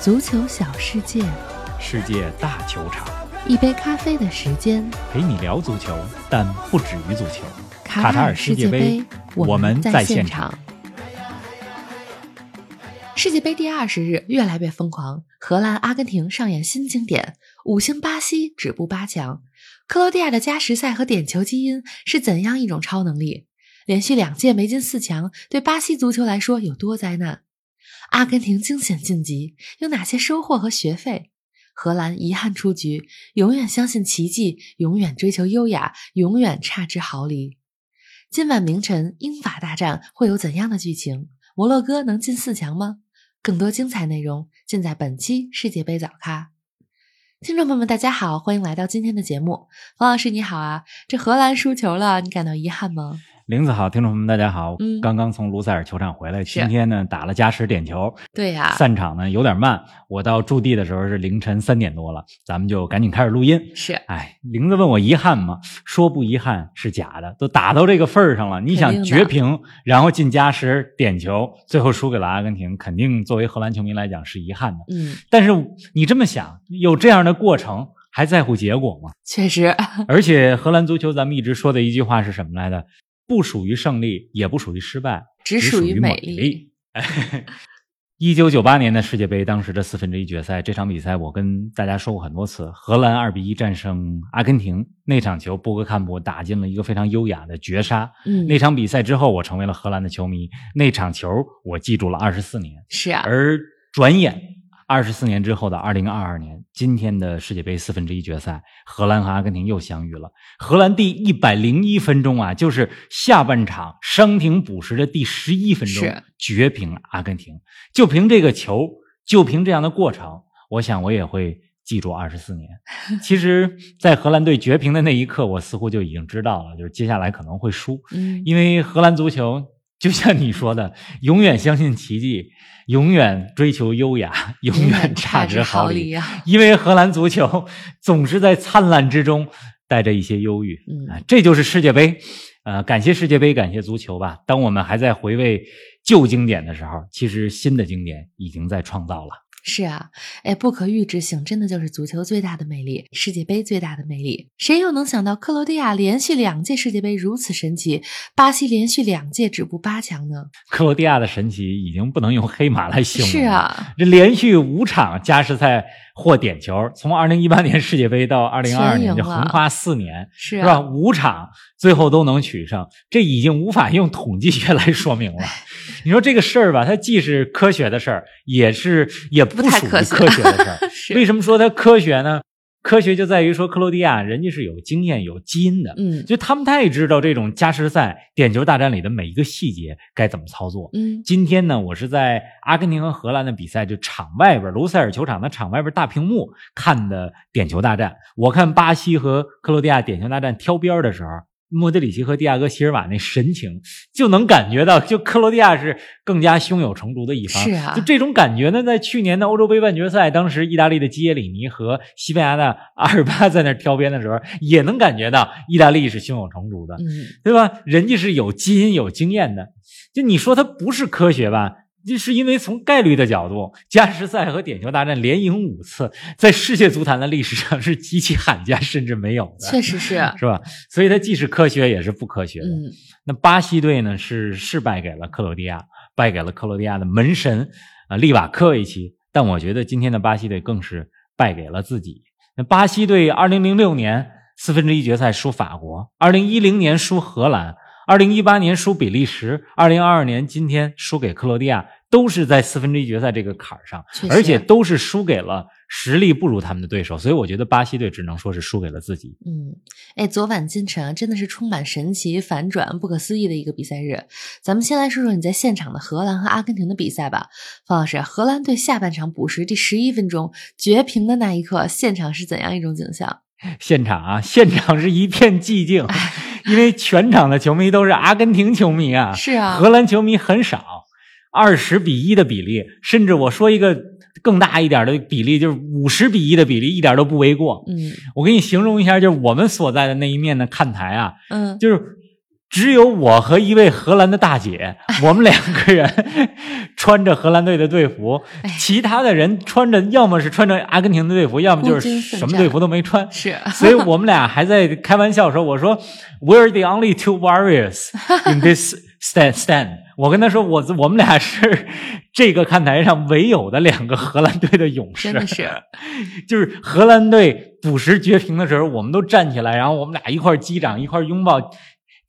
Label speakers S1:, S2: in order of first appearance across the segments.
S1: 足球小世界，
S2: 世界大球场，
S1: 一杯咖啡的时间，
S2: 陪你聊足球，但不止于足球。
S1: 卡
S2: 塔
S1: 塔
S2: 尔
S1: 尔
S2: 世
S1: 世
S2: 界
S1: 界
S2: 杯
S1: 杯，
S2: 我
S1: 我
S2: 们
S1: 们
S2: 在
S1: 在
S2: 现
S1: 现场。世界杯第二十日越来越疯狂，荷兰、阿根廷上演新经典，五星巴西止步八强。克罗地亚的加时赛和点球基因是怎样一种超能力？连续两届没进四强，对巴西足球来说有多灾难？阿根廷惊险晋级，有哪些收获和学费？荷兰遗憾出局，永远相信奇迹，永远追求优雅，永远差之毫厘。今晚凌晨，英法大战会有怎样的剧情？摩洛哥能进四强吗？更多精彩内容尽在本期世界杯早咖。听众朋友们，大家好，欢迎来到今天的节目。王老师你好啊，这荷兰输球了，你感到遗憾吗？
S2: 玲子好，听众朋友们大家好，
S1: 嗯
S2: 刚刚从卢塞尔球场回来，
S1: 是
S2: 今天呢打了加时点球，
S1: 对呀、
S2: 散场呢有点慢，我到驻地的时候是凌晨三点多了，咱们就赶紧开始录音。
S1: 是
S2: 哎，玲子问我遗憾吗？说不遗憾是假的，都打到这个份儿上了，你
S1: 肯
S2: 想
S1: 定的
S2: 绝平，然后进加时点球，最后输给了阿根廷，肯定作为荷兰球迷来讲是遗憾的。
S1: 嗯，
S2: 但是你这么想，有这样的过程，还在乎结果吗？
S1: 确实，
S2: 而且荷兰足球，咱们一直说的一句话是什么来的？不属于胜利，也不属于失败，
S1: 只
S2: 属
S1: 属
S2: 于
S1: 于
S2: 美
S1: 美
S2: 丽。一九九八年的世界杯，当时的四分之一决赛，这场比赛我跟大家说过很多次，荷兰二比一战胜阿根廷。那场球，波格坎普打进了一个非常优雅的绝杀。
S1: 嗯，
S2: 那场比赛之后，我成为了荷兰的球迷。那场球我记住了二十四年。
S1: 是啊，
S2: 而转眼二十四年之后的二零二二年，今天的世界杯四分之一决赛，荷兰和阿根廷又相遇了。荷兰第一百零一分钟啊，就是下半场伤停补时的第十一分钟
S1: 是
S2: 绝平阿根廷。就凭这个球，就凭这样的过程，我想我也会。记住二十四 年。其实，在荷兰队绝平的那一刻，我似乎就已经知道了，就是接下来可能会输。
S1: 嗯，
S2: 因为荷兰足球就像你说的，永远相信奇迹，永远追求优雅，永远差之毫厘。
S1: 啊，
S2: 因为荷兰足球总是在灿烂之中带着一些忧郁，
S1: 嗯
S2: 啊，这就是世界杯。呃，感谢世界杯，感谢足球吧。当我们还在回味旧经典的时候，其实新的经典已经在创造了。
S1: 是啊，哎，不可预知性真的就是足球最大的魅力，世界杯最大的魅力。谁又能想到克罗地亚连续两届世界杯如此神奇，巴西连续两届止步八强呢？
S2: 克罗地亚的神奇已经不能用黑马来形容。
S1: 是，啊，
S2: 这连续五场加时赛获点球，从二零一八年世界杯到二零二二
S1: 全
S2: 年，
S1: 赢
S2: 就横
S1: 了
S2: 跨四年，
S1: 是
S2: 是吧？
S1: 啊，
S2: 五场最后都能取胜，这已经无法用统计学来说 明了。你说这个事儿吧，它既是科学的事儿，也是也不
S1: 不太
S2: 属于
S1: 科学
S2: 科学的事儿。
S1: 是
S2: 为什么说它科学呢？科学就在于说克罗地亚人家是有经验、有基因的，
S1: 嗯
S2: 就他们太知道这种加时赛、点球大战里的每一个细节该怎么操作。
S1: 嗯，
S2: 今天呢，我是在阿根廷和荷兰的比赛，就场外边卢塞尔球场的场外边大屏幕看的点球大战。我看巴西和克罗地亚点球大战挑边儿的时候，莫德里奇和蒂亚戈席尔瓦那神情，就能感觉到，就克罗地亚是更加胸有成竹的一方。
S1: 是啊
S2: 就这种感觉呢，在去年的欧洲杯半决赛，当时意大利的基耶里尼和西班牙的阿尔巴在那挑边的时候，也能感觉到意大利是胸有成竹的。
S1: 嗯，
S2: 对吧？人家是有基因、有经验的。就你说它不是科学吧？就是因为从概率的角度，加时赛和点球大战连赢五次，在世界足坛的历史上是极其罕见，甚至没有的，
S1: 确实是，
S2: 是啊吧？所以它既是科学，也是不科学的。
S1: 嗯，
S2: 那巴西队呢是是败给了克罗地亚，败给了克罗地亚的门神啊利瓦科维奇。但我觉得今天的巴西队更是败给了自己。那巴西队2006年四分之一决赛输法国，2 0 1 0年输荷兰，2 0 1 8年输比利时，2 0 2 2年今天输给克罗地亚，都是在四分之一决赛这个坎儿上，
S1: 确实，
S2: 而且都是输给了实力不如他们的对手。所以我觉得巴西队只能说是输给了自己。
S1: 嗯，哎，昨晚今晨啊，真的是充满神奇、反转、不可思议的一个比赛日。咱们先来说说你在现场的荷兰和阿根廷的比赛吧，方老师。荷兰队下半场补时第十一分钟绝平的那一刻，现场是怎样一种景象？
S2: 现场啊，现场是一片寂静，
S1: 哎
S2: 因为全场的球迷都是阿根廷球迷啊，
S1: 是啊
S2: 荷，兰球迷很少，二十比一的比例，甚至我说一个更大一点的比例，就是五十比一的比例，一点都不为过。
S1: 嗯
S2: 我给你形容一下，就是我们所在的那一面的看台啊，
S1: 嗯，
S2: 就是只有我和一位荷兰的 大姐，我们两个人穿着荷兰队的队服
S1: 哎，
S2: 其他的人穿着要么是穿着阿根廷的队服，要么就
S1: 孤军
S2: 是
S1: 奋
S2: 什么
S1: 战
S2: 队服都没穿。
S1: 是
S2: 所以我们俩还在开玩笑说：“我说 We're the only two warriors in this stand stand。”我跟他说：“我我们俩是这个看台上唯有的两个荷兰队的勇士。”
S1: 真的是，
S2: 就是荷兰队补时绝平的时候，我们都站起来，然后我们俩一块儿击掌，一块儿拥抱。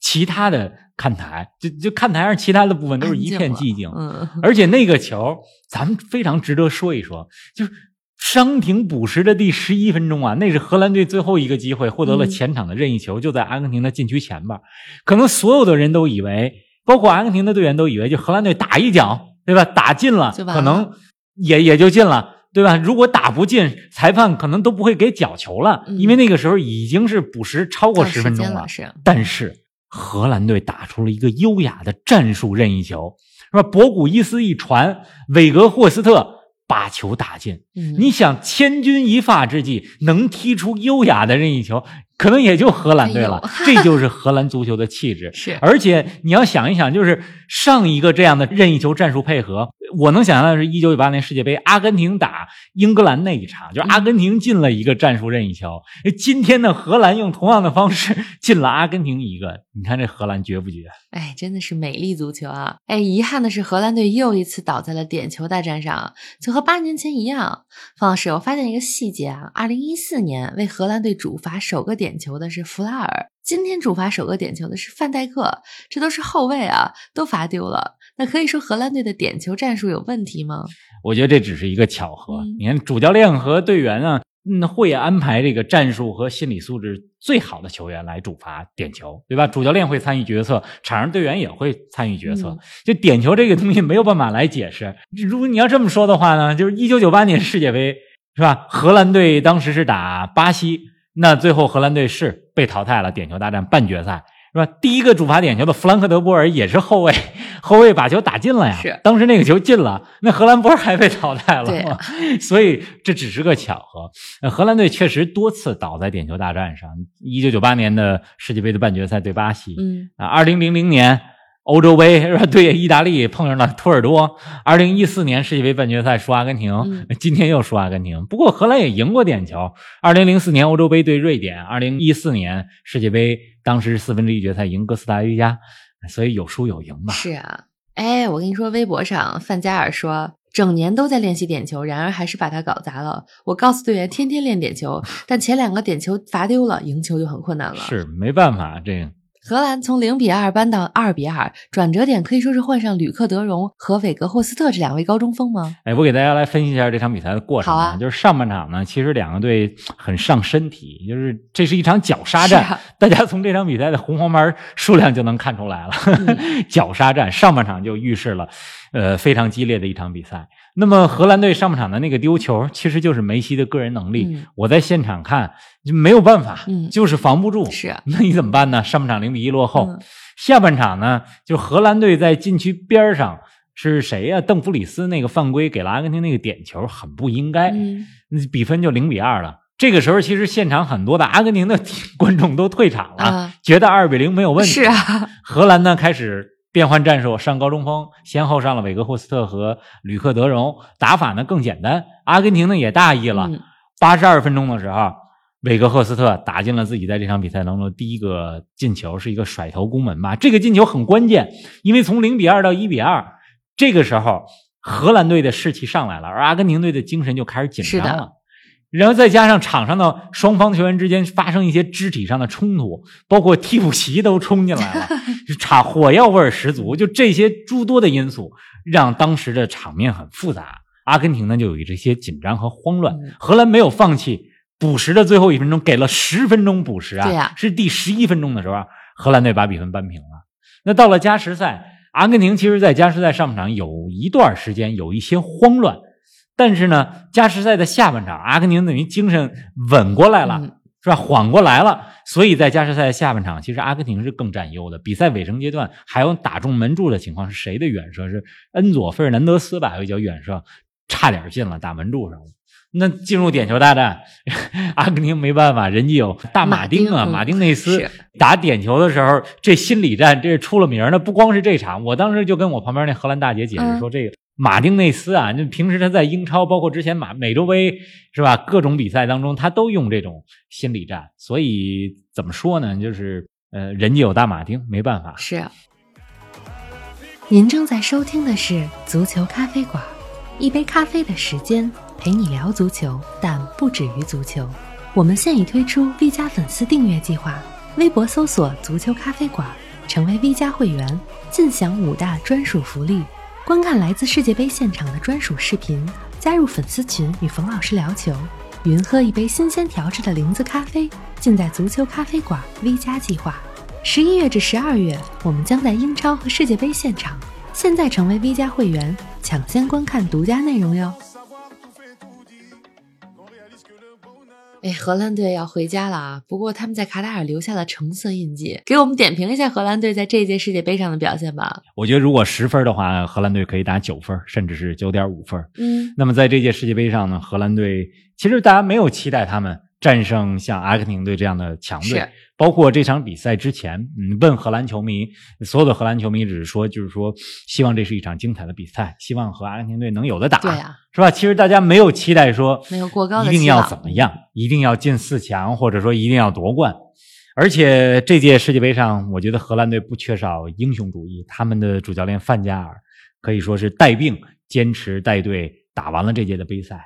S2: 其他的看台，就就看台上其他的部分都是一片寂静，
S1: 嗯，
S2: 而且那个球，咱们非常值得说一说，就是伤停补时的第十一分钟啊，那是荷兰队最后一个机会，获得了
S1: 嗯
S2: 前场的任意球，就在阿根廷的禁区前边儿。可能所有的人都以为，包括阿根廷的队员都以为，就荷兰队打一脚，对吧？打进了，
S1: 就完了
S2: 可能也也就进了。对吧？如果打不进，裁判可能都不会给角球了，
S1: 嗯
S2: 因为那个时候已经是补时超过
S1: 到
S2: 十分钟
S1: 间
S2: 了
S1: 了，。是
S2: 但是荷兰队打出了一个优雅的战术任意球，是吧？博古伊斯一传，韦格霍斯特把球打进。
S1: 嗯
S2: 你想，千钧一发之际能踢出优雅的任意球，可能也就荷兰队了。这就是荷兰足球的气质。
S1: 是
S2: 而且你要想一想，就是上一个这样的任意球战术配合，我能想象的是一九九八年世界杯，阿根廷打英格兰那一场，就是阿根廷进了一个战术任意球。今天的荷兰用同样的方式进了阿根廷一个，你看这荷兰绝不绝？
S1: 哎，真的是美丽足球啊！哎，遗憾的是，荷兰队又一次倒在了点球大战上，就和八年前一样。方老师，我发现一个细节啊，二零一四年为荷兰队主罚首个点球的是弗拉尔，今天主罚首个点球的是范戴克，这都是后卫啊，都罚丢了。那可以说荷兰队的点球战术有问题吗？
S2: 我觉得这只是一个巧合
S1: 嗯。
S2: 你看，主教练和队员啊，嗯，会安排这个战术和心理素质最好的球员来主罚点球，对吧？主教练会参与决策，场上队员也会参与决策。
S1: 嗯
S2: 就点球这个东西没有办法来解释。如果你要这么说的话呢，就是一九九八年世界杯是吧？荷兰队当时是打巴西，那最后荷兰队是被淘汰了，点球大战半决赛。是吧？第一个主罚点球的弗兰克德波尔也是后卫，后卫把球打进了呀。
S1: 是
S2: 当时那个球进了，那荷兰波尔还被淘汰了
S1: 对
S2: 嘛。 所以这只是个巧合。呃荷兰队确实多次倒在点球大战上，一九九八年的世界杯的半决赛对巴西，
S1: 嗯，
S2: 啊，二零零零年欧洲杯是吧？对意大利碰上了土耳多，二零一四年世界杯半决赛输阿根廷，
S1: 嗯
S2: 今天又输阿根廷。不过荷兰也赢过点球，二零零四年欧洲杯对瑞典，二零一四年世界杯当时四分之一决赛赢哥斯达黎加，所以有输有赢吧。
S1: 是啊。哎，我跟你说，微博上范加尔说。整年都在练习点球，然而还是把它搞砸了。我告诉队员，天天练点球，但前两个点球罚丢了，赢球就很困难了。
S2: 啊是没办法，这个
S1: 荷兰从零比二扳到二比二，转折点可以说是换上吕克·德容和韦格霍斯特这两位高中锋吗？
S2: 哎，我给大家来分析一下这场比赛的过程
S1: 好啊
S2: 就是上半场呢，其实两个队很上身体，就是这是一场绞杀战。
S1: 是啊
S2: 大家从这场比赛的红黄牌数量就能看出来了，
S1: 嗯
S2: 绞杀战上半场就预示了，呃，非常激烈的一场比赛。那么荷兰队上半场的那个丢球，其实就是梅西的个人能力。
S1: 嗯
S2: 我在现场看就没有办法，
S1: 嗯
S2: 就是防不住。
S1: 是啊
S2: 那你怎么办呢？上半场零比一落后，
S1: 嗯
S2: 下半场呢，就荷兰队在禁区边儿上是谁呀、邓弗里斯那个犯规给了阿根廷那个点球，很不应该，
S1: 嗯，
S2: 比分就零比二了。这个时候，其实现场很多的阿根廷的观众都退场了，
S1: 啊
S2: 觉得二比零没有问题。
S1: 是啊，
S2: 荷兰呢开始变换战术，上高中锋，先后上了韦格霍斯特和吕克德容，打法呢更简单。阿根廷呢也大意了
S1: 嗯，
S2: 八十二分钟的时候，韦格霍斯特打进了自己在这场比赛当中的第一个进球，是一个甩头攻门吧。这个进球很关键，因为从零比二到一比二，这个时候荷兰队的士气上来了，而阿根廷队的精神就开始紧张
S1: 是
S2: 了
S1: 的。
S2: 然后再加上场上的双方球员之间发生一些肢体上的冲突，包括替补席都冲进来了，就场火药味儿十足。就这些诸多的因素，让当时的场面很复杂。阿根廷呢就有这些紧张和慌乱
S1: 嗯，
S2: 荷兰没有放弃。补时的最后一分钟，给了十分钟补时啊，
S1: 对啊
S2: 是第十一分钟的时候啊，荷兰队把比分扳平了。那到了加时赛，阿根廷其实在加时赛上半场有一段时间有一些慌乱，但是呢，加时赛的下半场，阿根廷等于精神稳过来了，
S1: 嗯
S2: 是吧？缓过来了，所以在加时赛的下半场，其实阿根廷是更占优的。比赛尾声阶段，还有打中门柱的情况是谁的远射？是恩佐·费尔南德斯吧？有一脚远射，差点进了，打门柱上了。那进入点球大战， 阿根廷没办法，人家有大马丁啊，
S1: 马
S2: 马
S1: 丁哦
S2: 丁内斯
S1: 是
S2: 打点球的时候，这心理战这是出了名儿的。不光是这场，我当时就跟我旁边那荷兰大姐解
S1: 嗯
S2: 释说，这个马丁内斯啊，就平时他在英超，包括之前马美洲杯是吧，各种比赛当中，他都用这种心理战。所以怎么说呢，就是呃，人家有大马丁，没办法。
S1: 是。您正在收听的是《足球咖啡馆》，一杯咖啡的时间陪你聊足球，但不止于足球。我们现已推出 V 加粉丝订阅计划，微博搜索“足球咖啡馆”，成为 V 加会员，尽享五大专属福利：观看来自世界杯现场的专属视频，加入粉丝群与冯老师聊球，云喝一杯新鲜调制的零子咖啡，尽在足球咖啡馆 V 加计划。十一月至十二月，我们将在英超和世界杯现场。现在成为 V 加会员，抢先观看独家内容哟！哎，荷兰队要回家了啊！不过他们在卡塔尔留下了橙色印记，给我们点评一下荷兰队在这一届世界杯上的表现吧。
S2: 我觉得如果十分的话，荷兰队可以打九分，甚至是九点五分。
S1: 嗯，
S2: 那么在这届世界杯上呢，荷兰队其实大家没有期待他们战胜像阿根廷队这样的强队
S1: 是，
S2: 包括这场比赛之前，嗯，问荷兰球迷，所有的荷兰球迷只是说，就是说希望这是一场精彩的比赛，希望和阿根廷队能有的打，
S1: 对啊，
S2: 是吧？其实大家没有期待说
S1: 没有过高的
S2: 一定
S1: 期望
S2: 要怎么样，一定要进四强，或者说一定要夺冠。而且这届世界杯上，我觉得荷兰队不缺少英雄主义，他们的主教练范加尔可以说是带病坚持带队打完了这届的杯赛。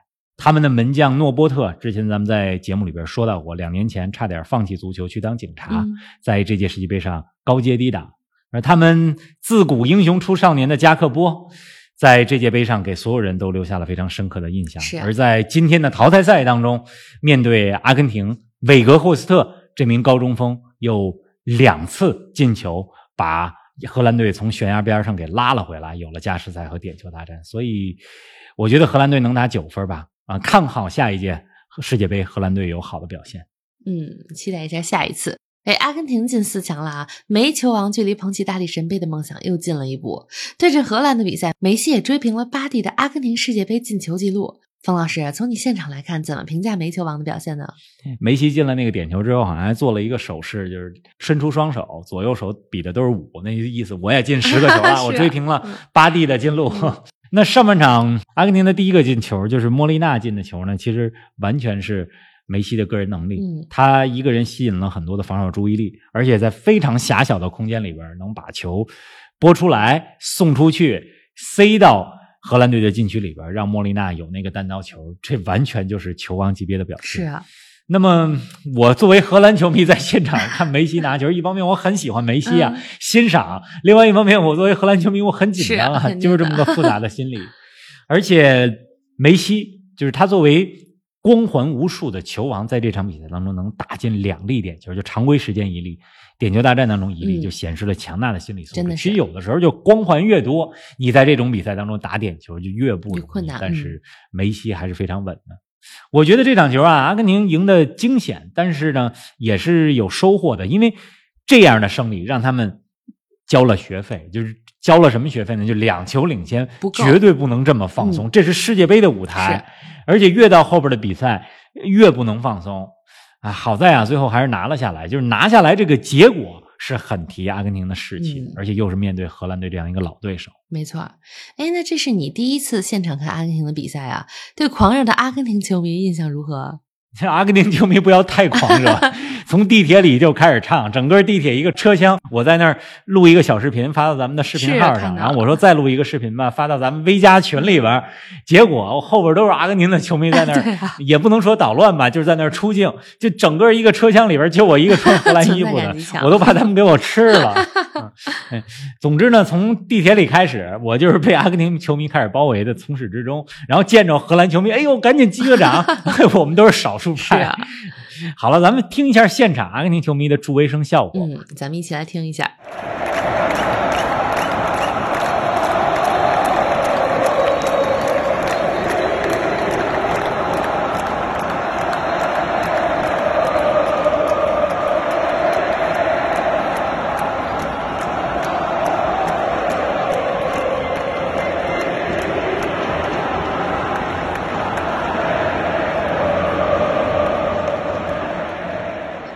S2: 他们的门将诺波特，之前咱们在节目里边说到过，两年前差点放弃足球去当警察，
S1: 嗯，
S2: 在这届世界杯上高阶低档。而他们自古英雄出少年的加克波，在这届杯上给所有人都留下了非常深刻的印象。
S1: 是啊
S2: 而在今天的淘汰赛当中，面对阿根廷，韦格霍斯特这名高中锋有两次进球，把荷兰队从悬崖边上给拉了回来，有了加时赛和点球大战。所以，我觉得荷兰队能打九分吧。啊，看好下一届世界杯，荷兰队有好的表现。
S1: 嗯，期待一下下一次。哎，阿根廷进四强了啊！梅球王距离捧起大力神杯的梦想又近了一步。对阵荷兰的比赛，梅西也追平了巴蒂的阿根廷世界杯进球记录。方老师，从你现场来看，怎么评价梅球王的表现呢？
S2: 梅西进了那个点球之后，好像还做了一个手势，就是伸出双手，左右手比的都是五，那意思我也进十个球
S1: 是
S2: 了，
S1: 啊
S2: 我追平了
S1: 嗯
S2: 巴蒂的进录
S1: 嗯。
S2: 那上半场阿根廷的第一个进球就是莫莉娜进的球呢，其实完全是梅西的个人能力，
S1: 嗯
S2: 他一个人吸引了很多的防守注意力，而且在非常狭小的空间里边能把球拨出来送出去，塞到。荷兰队的禁区里边，让莫莉娜有那个单刀球，这完全就是球王级别的表现。
S1: 是啊，
S2: 那么，我作为荷兰球迷在现场看梅西拿球，一方面我很喜欢梅西啊，
S1: 嗯
S2: 欣赏；另外一方面，我作为荷兰球迷，我很紧张
S1: 是
S2: 啊，
S1: 肯定
S2: 就是这么个复杂的心理。而且，梅西就是他作为光环无数的球王，在这场比赛当中能打进两粒点球，就常规时间一粒，点球大战当中一
S1: 嗯
S2: 粒，就显示了强大的心理素质。
S1: 真的是
S2: 其实有的时候就光环越多，你在这种比赛当中打点球就越不容易
S1: 越困难嗯
S2: 但是梅西还是非常稳的。我觉得这场球啊，阿根廷赢得惊险，但是呢，也是有收获的，因为这样的胜利让他们交了学费，就是交了什么学费呢？就两球领先
S1: 不，够嗯
S2: 绝对不能这么放松，这是世界杯的舞台，而且越到后边的比赛越不能放松啊。好在啊，最后还是拿了下来，就是拿下来这个结果是很提阿根廷的士气的，
S1: 嗯
S2: 而且又是面对荷兰队这样一个老对手。
S1: 没错。哎，那这是你第一次现场看阿根廷的比赛啊？对狂热的阿根廷球迷印象如何？
S2: 这阿根廷球迷不要太狂 热，从地铁里就开始唱，整个地铁一个车厢，我在那儿录一个小视频发到咱们的视频号
S1: 是看
S2: 上，
S1: 到
S2: 然后我说再录一个视频吧，发到咱们微加群里边儿，结果后边都是阿根廷的球迷在那
S1: 对
S2: 儿，
S1: 啊，
S2: 也不能说捣乱吧，就是在那儿出镜，就整个一个车厢里边就我一个穿荷兰衣服
S1: 存在
S2: 的
S1: 感极强，
S2: 我都把他们给我吃 了。嗯哎总之呢，从地铁里开始，我就是被阿根廷球迷开始包围的，从始至终。然后见着荷兰球迷，哎呦，赶紧击个 掌，我们都是少数
S1: 是
S2: 派。
S1: 啊，
S2: 好了，咱们听一下现场阿根廷球迷的助威声效 果。
S1: 嗯，咱们一起来听一下。
S2: 嗯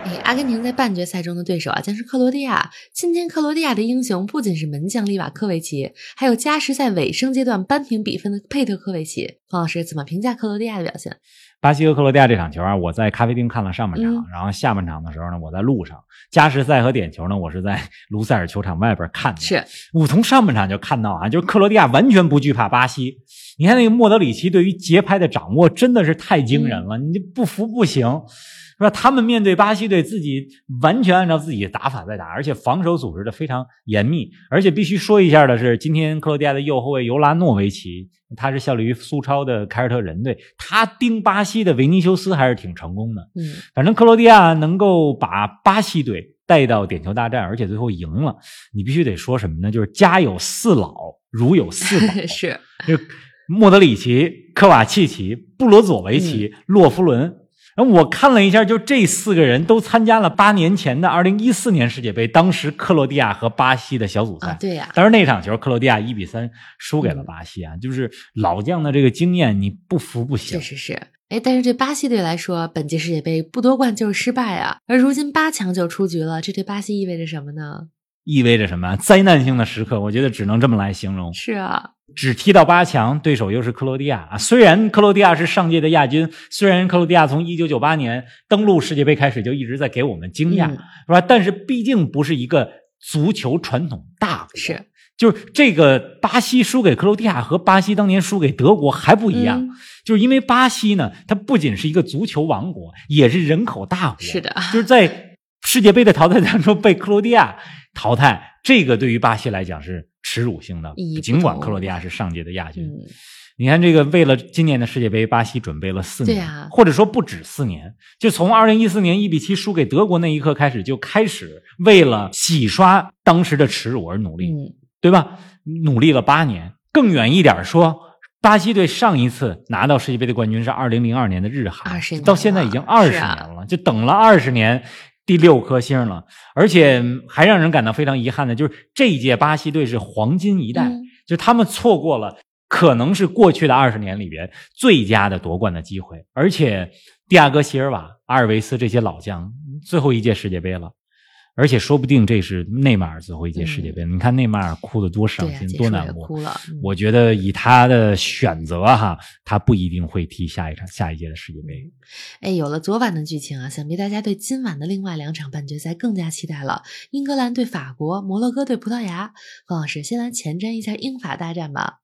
S1: 哎阿根廷在半决赛中的对手啊，将是克罗地亚。今天克罗地亚的英雄不仅是门将利瓦科维奇，还有加时赛尾声阶段扳平比分的佩特科维奇。黄老师怎么评价克罗地亚的表现？
S2: 巴西和克罗地亚这场球啊，我在咖啡厅看了上半场，
S1: 嗯
S2: 然后下半场的时候呢，我在路上。加时赛和点球呢，我是在卢塞尔球场外边看的。
S1: 是
S2: 我从上半场就看到啊，就是克罗地亚完全不惧怕巴西。你看那个莫德里奇对于节拍的掌握真的是太惊人了，你就不服不行，是吧？他们面对巴西队，自己完全按照自己的打法在打，而且防守组织的非常严密。而且必须说一下的是，今天克罗地亚的右后卫尤拉诺维奇，他是效力于苏超的凯尔特人队，他盯巴西的维尼修斯还是挺成功的。
S1: 嗯，
S2: 反正克罗地亚能够把巴西队带到点球大战，而且最后赢了，你必须得说什么呢？就是家有四老，如有四 宝。
S1: 是
S2: 就莫德里奇、科瓦契奇、布罗佐维奇、
S1: 嗯
S2: 洛夫伦。然后我看了一下，就这四个人都参加了八年前的二零一四年世界杯，当时克罗地亚和巴西的小组赛。
S1: 啊，对嗯呀、
S2: 哎当时那场球，克罗地亚一比三输给了巴西啊！就是老将的这个经验，你不服不行
S1: 确。实是。哎，但是对巴西队来说，本届世界杯不夺冠就是失败啊，而如今八强就出局了，这对巴西意味着什么呢？
S2: 意味着什么？灾难性的时刻，我觉得只能这么来形容。
S1: 是啊，
S2: 只踢到八强，对手又是克罗地亚啊。虽然克罗地亚是上届的亚军，虽然克罗地亚从一九九八年登陆世界杯开始就一直在给我们惊讶，
S1: 嗯
S2: 是吧？但是毕竟不是一个足球传统大国，
S1: 是
S2: 就是这个巴西输给克罗地亚和巴西当年输给德国还不一样，
S1: 嗯
S2: 就是因为巴西呢，它不仅是一个足球王国，也是人口大国，
S1: 是的，
S2: 就是在世界杯的淘汰当中被克罗地亚淘汰，这个对于巴西来讲是耻辱性的
S1: 意义。不
S2: 尽管
S1: 同
S2: 克罗地亚是上届的亚军，
S1: 嗯，
S2: 你看这个为了今年的世界杯，巴西准备了四年，
S1: 对啊
S2: 或者说不止四年，就从二零一四年一比七输给德国那一刻开始，就开始为了洗刷当时的耻辱而努力，
S1: 嗯，
S2: 对吧？努力了八年，更远一点说。巴西队上一次拿到世界杯的冠军是二零零二年的日韩
S1: 20年，
S2: 到现在已经二
S1: 了
S2: 十
S1: 是
S2: 年
S1: 啊
S2: 了，就等了二十年，第六颗星了。而且还让人感到非常遗憾的就是，这一届巴西队是黄金一代，
S1: 嗯
S2: 就他们错过了可能是过去的二十年里边最佳的夺冠的机会，而且蒂亚戈·席尔瓦、阿尔维斯这些老将最后一届世界杯了。而且说不定这是内马尔最后一届世界杯，你看内马尔哭得多伤
S1: 嗯对呀、啊
S2: 心，
S1: 结
S2: 多
S1: 束
S2: 难
S1: 也
S2: 过。
S1: 哭了，嗯
S2: 我觉得以他的选择哈，他不一定会踢下一场下一届的世界杯。
S1: 哎，有了昨晚的剧情啊，想必大家对今晚的另外两场半决赛更加期待了。英格兰对法国，摩洛哥对葡萄牙。方老师，先来前瞻一下英法大战吧。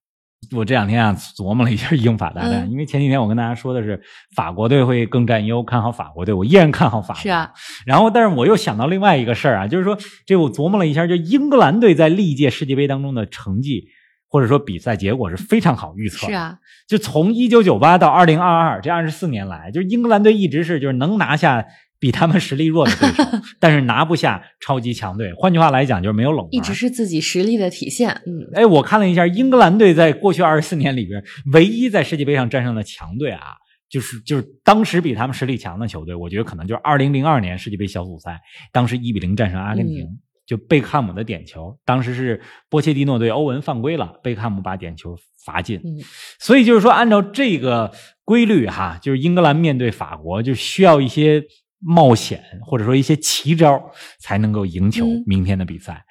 S2: 我这两天啊琢磨了一下英法大战，
S1: 嗯
S2: 因为前几天我跟大家说的是法国队会更占优，看好法国队，我依然看好法国。
S1: 是啊，
S2: 然后，但是我又想到另外一个事儿啊，就是说，这我琢磨了一下，就英格兰队在历届世界杯当中的成绩或者说比赛结果是非常好预测。
S1: 是，啊，
S2: 就从一九九八到二零二二这二十四年来，就是英格兰队一直是就是能拿下比他们实力弱的对 手，但是拿不下超级强队。换句话来讲，就是没有冷门。
S1: 一直是自己实力的体现。嗯，
S2: 哎，我看了一下，英格兰队在过去二十四年里边，唯一在世界杯上战胜的强队啊，就是就是当时比他们实力强的球队，我觉得可能就是二零零二年世界杯小组赛，当时一比零战胜阿根廷。就贝克汉姆的点球，当时是波切蒂诺对欧文犯规了，贝克汉姆把点球罚进。
S1: 嗯
S2: 所以就是说，按照这个规律哈，就是英格兰面对法国，就需要一些冒险或者说一些奇招，才能够赢球
S1: 嗯
S2: 明天的比赛。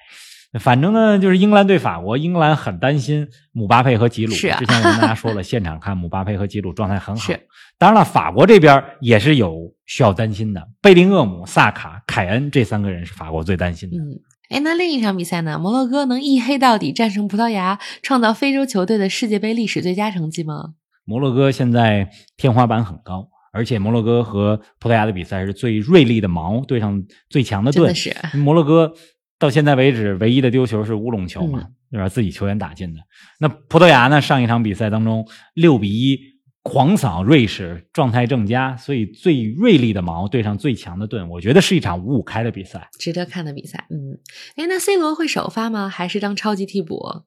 S2: 反正呢，就是英格兰对法国，英格兰很担心姆巴佩和吉鲁。
S1: 是啊
S2: 之前我跟大家说了，现场看姆巴佩和吉鲁状态很好
S1: 是。
S2: 当然了，法国这边也是有需要担心的，贝林厄姆、萨卡、凯恩这三个人是法国最担心的。
S1: 嗯。哎，那另一场比赛呢？摩洛哥能一黑到底战胜葡萄牙，创造非洲球队的世界杯历史最佳成绩吗？
S2: 摩洛哥现在天花板很高，而且摩洛哥和葡萄牙的比赛是最锐利的矛对上最强的
S1: 真
S2: 盾
S1: 的。是，
S2: 摩洛哥到现在为止唯一的丢球是乌龙球嘛
S1: 嗯，
S2: 对吧？自己球员打进的。那葡萄牙呢？上一场比赛当中六比一狂扫瑞士，状态正佳，所以最锐利的矛对上最强的盾，我觉得是一场五五开的比赛。
S1: 值得看的比赛。嗯，哎，那 C 罗会首发吗？还是当超级替补？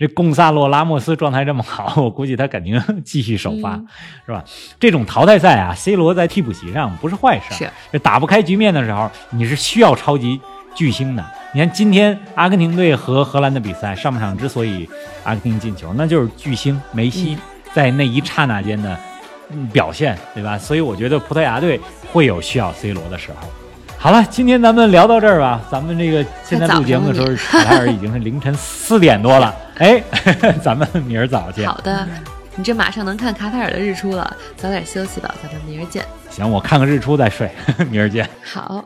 S2: 这贡萨洛·拉莫斯状态这么好，我估计他肯定 继续首发，
S1: 嗯
S2: 是吧？这种淘汰赛啊，C 罗在替补席上不是坏事儿，
S1: 是
S2: 这打不开局面的时候，你是需要超级巨星的。你看今天阿根廷队和荷兰的比赛，上半场之所以阿根廷进球，那就是巨星梅西
S1: 嗯
S2: 在那一刹那间的嗯表现，对吧？所以我觉得葡萄牙队会有需要 C 罗的时候。好了，今天咱们聊到这儿吧。咱们这个现在录节目的时候，卡塔尔已经是凌晨四点多了。哎， 咱们明儿早见。
S1: 好的，你这马上能看卡塔尔的日出了，早点休息吧。咱们明儿见。
S2: 行，我看看日出再睡。明儿见。
S1: 好。